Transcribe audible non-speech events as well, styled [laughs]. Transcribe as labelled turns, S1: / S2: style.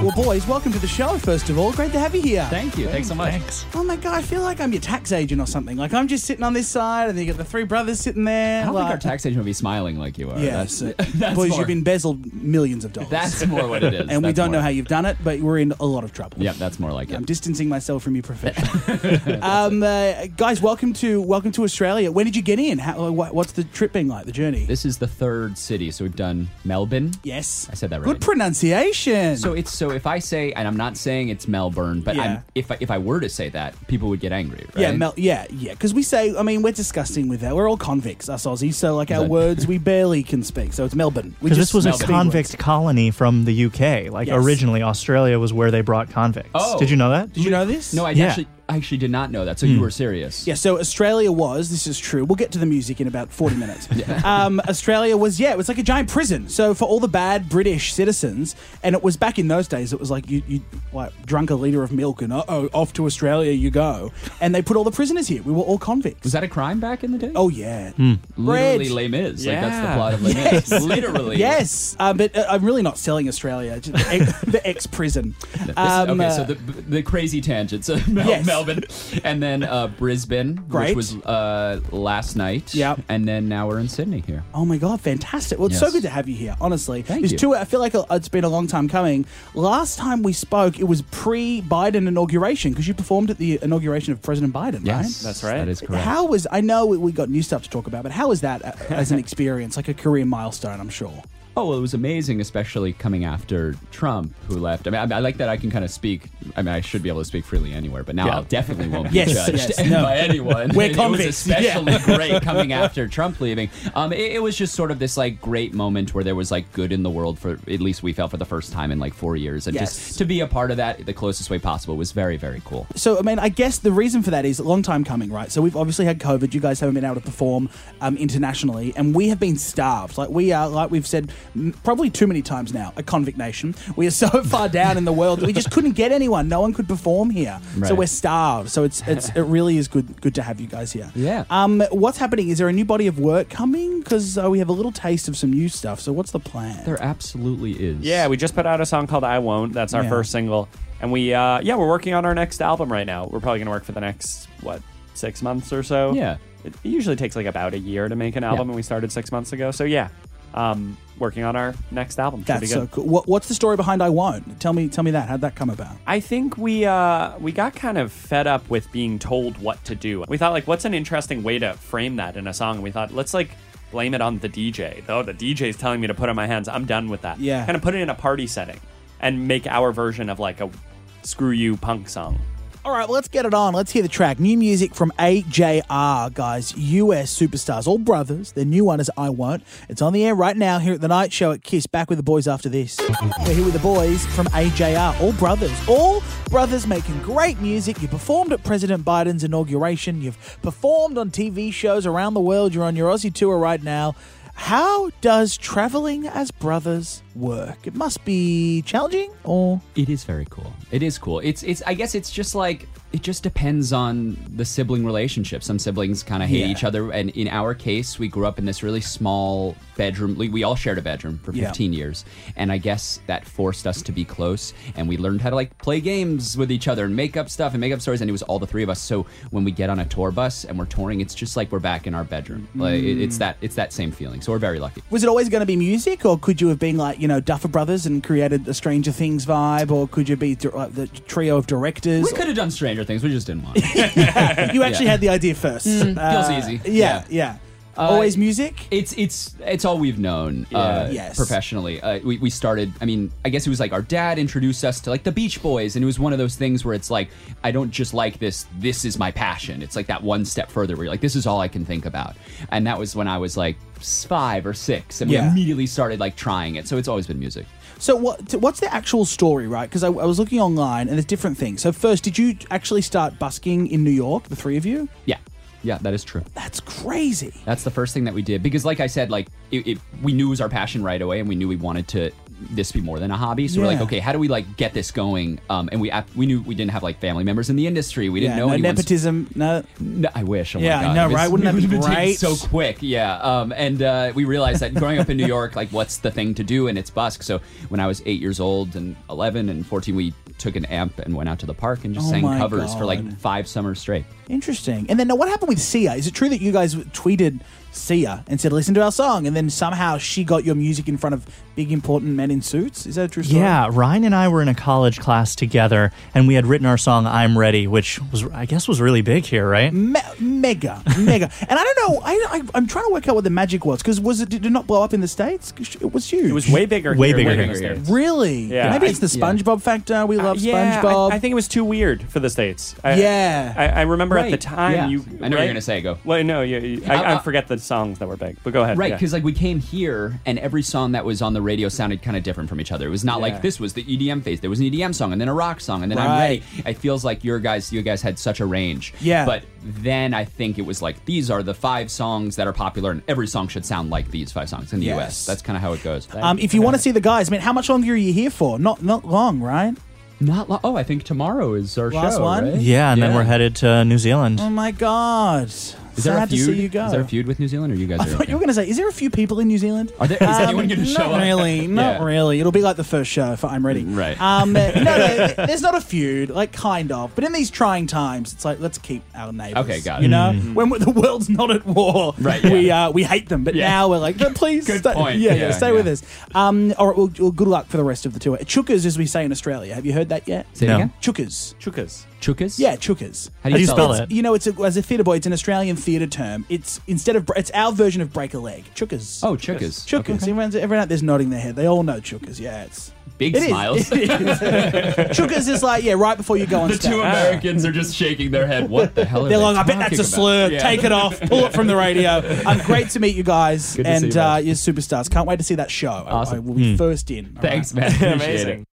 S1: Well, boys, welcome to the show, first of all. Great to have you here.
S2: Thank you. Thanks so much.
S3: Thanks.
S1: Oh my god, I feel like I'm your tax agent or something. Like I'm just sitting on this side, and then you got the three brothers sitting there.
S2: I don't
S1: like,
S2: think our tax agent would be smiling like you are.
S1: yeah,
S2: That's,
S1: so-
S2: [laughs] that's
S1: boys,
S2: more,
S1: you've embezzled millions of dollars,
S2: That's more what it is.
S1: and we
S2: That's
S1: don't know
S2: more-
S1: how you've done it, but we're in a lot of trouble.
S2: Yep, that's more like
S1: I'm
S2: it.
S1: distancing myself from your profession.
S2: [laughs]
S1: um, uh, guys, welcome to welcome to Australia. When did you get in? How, wha- what's the trip been like? The journey?
S2: This is the third city, so we've done Melbourne.
S1: yes,
S2: I said that right.
S1: Good pronunciation.
S2: So it's so if I say, and I'm not saying it's Melbourne, but
S1: Yeah.
S2: I'm, if I, if I were to say that, people would get angry, right?
S1: Yeah, Mel- yeah, yeah. Because we say, I mean, we're disgusting with that. We're all convicts, us Aussies. So, like, our
S2: Is that-
S1: words we barely can speak. So it's Melbourne. We
S3: Because this was a
S1: speak
S3: convict
S1: words.
S3: colony from the UK. Like
S1: Yes.
S3: originally, Australia was where they brought convicts.
S2: Oh.
S3: Did you know that?
S1: Did you know this? Hmm.
S2: No, I
S3: Yeah.
S2: actually I actually did not know that. So you were serious.
S1: Yeah, so Australia was, this is true, we'll get to the music in about 40
S3: [laughs]
S1: minutes. um, Australia was, yeah, it was like a giant prison. So for all the bad British citizens, and it was back in those days, it was like you, you like drunk a litre of milk and uh oh, off to Australia you go. And they put all the prisoners here. We were all convicts.
S2: Was that a crime back in the day?
S1: oh, yeah.
S2: Hmm. literally
S1: bread.
S2: Les Mis. Like that's the
S4: Yeah.
S2: plot of
S1: [laughs]
S2: Les Mis. Literally.
S1: Yes, um, but uh, I'm really not selling Australia, just the ex- [laughs] the ex prison. Um,
S2: This- okay,
S4: Um,
S2: so the, the crazy tangent. So [laughs] Mel-
S1: Yes.
S2: Melbourne, and then uh, Brisbane,
S1: Great.
S2: which was uh, last night.
S1: Yep.
S2: and then now we're in Sydney here.
S1: Oh my god, fantastic! Well, it's so
S2: Yes.
S1: good to have you here. Honestly,
S2: Thank
S1: There's
S2: you.
S1: two. I feel like uh, it's been a long time coming. Last time we spoke, it was pre-Biden inauguration because you performed at the inauguration of President Biden,
S4: That's right.
S2: That is
S1: right?
S2: correct.
S1: How was? I know we- we got new stuff to talk about, but how was that uh, as
S2: [laughs]
S1: an experience, like a career milestone? I'm sure.
S2: Oh well, it was amazing, especially coming after Trump, who left. I mean, I, I like that I can kind of speak. I mean, I should be able to speak freely anywhere, but now
S4: Yeah.
S2: I definitely won't be
S1: Yes,
S2: judged
S1: yes, no.
S2: by anyone.
S1: We're
S2: [laughs] it was
S1: convicts, yeah. [laughs]
S2: especially great coming after Trump leaving. Um, it, it was just sort of this like great moment where there was like good in the world for at least we felt for the first time in like four years, and
S1: Yes.
S2: just to be a part of that the closest way possible was very very cool.
S1: So, I mean, I guess the reason for that is a long time coming, right? So, we've obviously had COVID. You guys haven't been able to perform um, internationally, and we have been starved. Like, we are, like we've said m- probably too many times now, a convict nation. We are [laughs] so far down in the world that we just couldn't get anyone. No one could perform here. So,
S2: Right.
S1: we're starved. So, it's, it's it really is good good to have you guys here.
S2: Yeah.
S1: Um, what's happening? Is there a new body of work coming? Because uh, we have a little taste of some new stuff. So, what's the plan?
S2: There absolutely is.
S4: Yeah, we just put out a song called "I Won't." That's our
S1: Yeah.
S4: first single, and we uh, yeah we're working on our next album right now. We're probably gonna work for the next what six months or so.
S2: Yeah.
S4: it usually takes like about a year to make an album, and we started six months ago. So yeah, um, working on our next album. Should be
S1: That's
S4: good.
S1: so cool. What, what's the story behind I Won't? Tell me, tell me that. How'd that come about?
S4: I think we uh, we got kind of fed up with being told what to do. We thought like, what's an interesting way to frame that in a song? And we thought, let's like blame it on the DJ. Oh, the DJ's telling me to put on my hands. I'm done with that.
S1: Yeah.
S4: Kind of put it in a party setting and make our version of like a screw you punk song.
S1: All right, well, let's get it on. Let's hear the track. New music from AJR, guys. US superstars, all brothers. Their new one is I Won't. It's on the air right now here at the Night Show at Kiss. Back with the boys after this. We're here with the boys from AJR, all brothers. All brothers making great music. You performed at President Biden's inauguration. You've performed on TV shows around the world. You're on your Aussie tour right now. How does traveling as brothers work? It must be challenging or.
S2: It is very cool. It is cool. It's it's I guess it's just like it just depends on the sibling relationship. Some siblings kind of hate
S1: Yeah.
S2: each other and in our case we grew up in this really small bedroom. Like, We all shared a bedroom for
S1: Yeah.
S2: 15 years. And I guess that forced us to be close and we learned how to like play games with each other and make up stuff and make up stories and it was all the three of us. So when we get on a tour bus and we're touring it's just like we're back in our bedroom. Like it,
S1: Mm.
S2: it's that it's that same feeling. So we're very lucky.
S1: Was it always going to be music, or could you have been like you know Duffer Brothers and created the Stranger Things vibe, or could you be dir- like the trio of directors?
S2: We could have done Stranger Things. We just didn't want. to.
S1: you actually had the idea first. Uh,
S2: feels easy.
S1: Yeah, yeah.
S2: Yeah.
S1: always music.
S2: It's it's it's all we've known uh,
S1: Yes.
S2: professionally. Uh, we, we started. I mean, I guess it was like our dad introduced us to like the Beach Boys, and it was one of those things where it's like I don't just like this. This is my passion. It's like that one step further where you're like, this is all I can think about. And that was when I was like s- five or six, and
S1: Yeah.
S2: we immediately started like trying it. So it's always been music.
S1: So what? t- What's the actual story, right? Because I, I was looking online, and there's different things. So first, did you actually start busking in New York, the three of you?
S2: Yeah, yeah, that is true.
S1: That's crazy.
S2: That's the first thing that we did because, like I said, like it, it, we knew it was our passion right away, and we knew we wanted to this be more than a hobby. So we're like,
S1: Yeah.
S2: okay, how do we like get this going? Um, and we ap- we knew we didn't have like family members in the industry. We didn't
S1: yeah,
S2: know
S1: no
S2: anyone's-
S1: nepotism. No,
S2: No, I wish. Oh
S1: Yeah, I
S2: my God.
S1: know,
S2: It was-
S1: right?
S2: [laughs]
S1: Wouldn't that
S2: it
S1: be
S2: would have been
S1: great?
S2: So quick, yeah. Um, and uh, we realized that growing up in New York, like, what's the thing to do? And it's busk. So when I was eight years old and eleven and fourteen, we took an amp and went out to the park and just
S1: Oh
S2: sang
S1: my
S2: covers for
S1: God.
S2: like five summers straight.
S1: Interesting. And then now what happened with Sia? Is it true that you guys tweeted Sia and said, listen to our song? And then somehow she got your music in front of big, important men in suits? Is that a true story?
S3: Yeah, Ryan and I were in a college class together, and we had written our song "I'm Ready," which was, I guess, was really big here, right?
S1: Me- mega, mega. [laughs] And I don't know, I, I, I'm trying to work out what the magic was because was it, did it not blow up in the States? 'Cause It was huge.
S4: It was way bigger.
S3: Way
S4: here
S3: bigger
S4: than
S3: here.
S4: in the States.
S1: Really?
S4: Yeah.
S1: Maybe it's the
S2: I- yeah.
S1: SpongeBob factor. We love
S4: yeah, I-
S1: SpongeBob.
S4: I, think it was too weird for the states. I,
S1: Yeah.
S4: I, I remember at the
S2: Right,
S4: time
S2: yeah.
S4: you.
S2: I know what you're
S4: right?
S2: gonna say, go.
S4: Well, no, you, you- I,
S2: I-
S4: I,
S2: I-
S4: forget the songs that were big, but go ahead.
S2: Right,
S4: yeah.
S2: because like we came here and every song that was on the radio sounded kind of different from each other. It was not
S4: Yeah.
S2: like this was the EDM phase. There was an EDM song and then a rock song and then I'm
S1: Right.
S2: ready. It feels like your guys you guys had such a range.
S1: Yeah.
S2: But then I think it was like these are the five songs that are popular and every song should sound like these five songs in the
S1: Yes.
S2: US. That's kind of how it goes.
S1: um, if you want to see the guys, man, how much longer are you here for? Not not long, right?
S2: not lo- Oh, I think tomorrow is our
S1: Last
S2: show,
S1: one?
S2: right?
S3: Yeah, and then we're headed to New Zealand.
S1: Oh my god!
S2: Is there a
S1: Sad to
S2: feud?
S1: see you go.
S2: Is there a feud with New Zealand or you guys
S1: I [laughs]
S2: are
S1: thought you were
S2: okay?
S1: going to say, is there a few people in New Zealand? Um,
S2: Are there- is anyone gonna show
S1: not
S2: up? [laughs]
S1: Really, not
S2: Yeah.
S1: really. It'll be like the first show for I'm Ready.
S2: Right. [laughs]
S1: Um, no, no, th- there's not a feud, like kind of. But in these trying times, it's like, let's keep our neighbors.
S2: Okay, got
S1: You
S2: it. Mm-hmm.
S1: know, when the world's not at war,
S2: Right,
S1: we,
S2: yeah.
S1: uh, we hate them. But
S2: Yeah.
S1: now we're like, but please
S2: Good
S1: stay.
S2: point.
S1: Yeah, yeah,
S2: Yeah,
S1: stay
S2: yeah.
S1: with us. Um, all right, well, well, good luck for the rest of the tour. Chookers, as we say in Australia. Have you heard that yet?
S2: Say it
S3: No.
S2: again?
S1: Chookers.
S4: Chukas.
S2: Chukas?
S1: Yeah, chookers.
S2: How do you,
S3: spell
S2: it?
S3: it?
S1: You know, it's a, as a theatre boy, it's an Australian theatre term. It's instead of br- it's our version of break a leg. Chookers.
S2: Oh, chukas.
S1: Chookers. Everyone's, everyone out there's nodding their head. They all know chookers. Yeah, it's
S2: Big
S1: it is. [laughs]
S2: smiles.
S1: It is. chookers is like yeah, right before you go on
S2: The
S1: stage.
S2: two Americans are just shaking their head. What
S1: [laughs]
S2: the hell? Are
S1: They're
S2: they
S1: like, I bet
S2: talking
S1: that's a
S2: about?"
S1: slur.
S2: Yeah.
S1: Take it off. Pull it from the radio. Um, great to meet you guys
S2: Good to see
S1: and
S2: you,
S1: uh,
S2: man.
S1: you're superstars. Can't wait to see that show. I- I,
S2: Awesome. Hmm.
S1: will be first in. All right. [laughs]
S2: Thanks, man. Appreciate it.
S4: Amazing.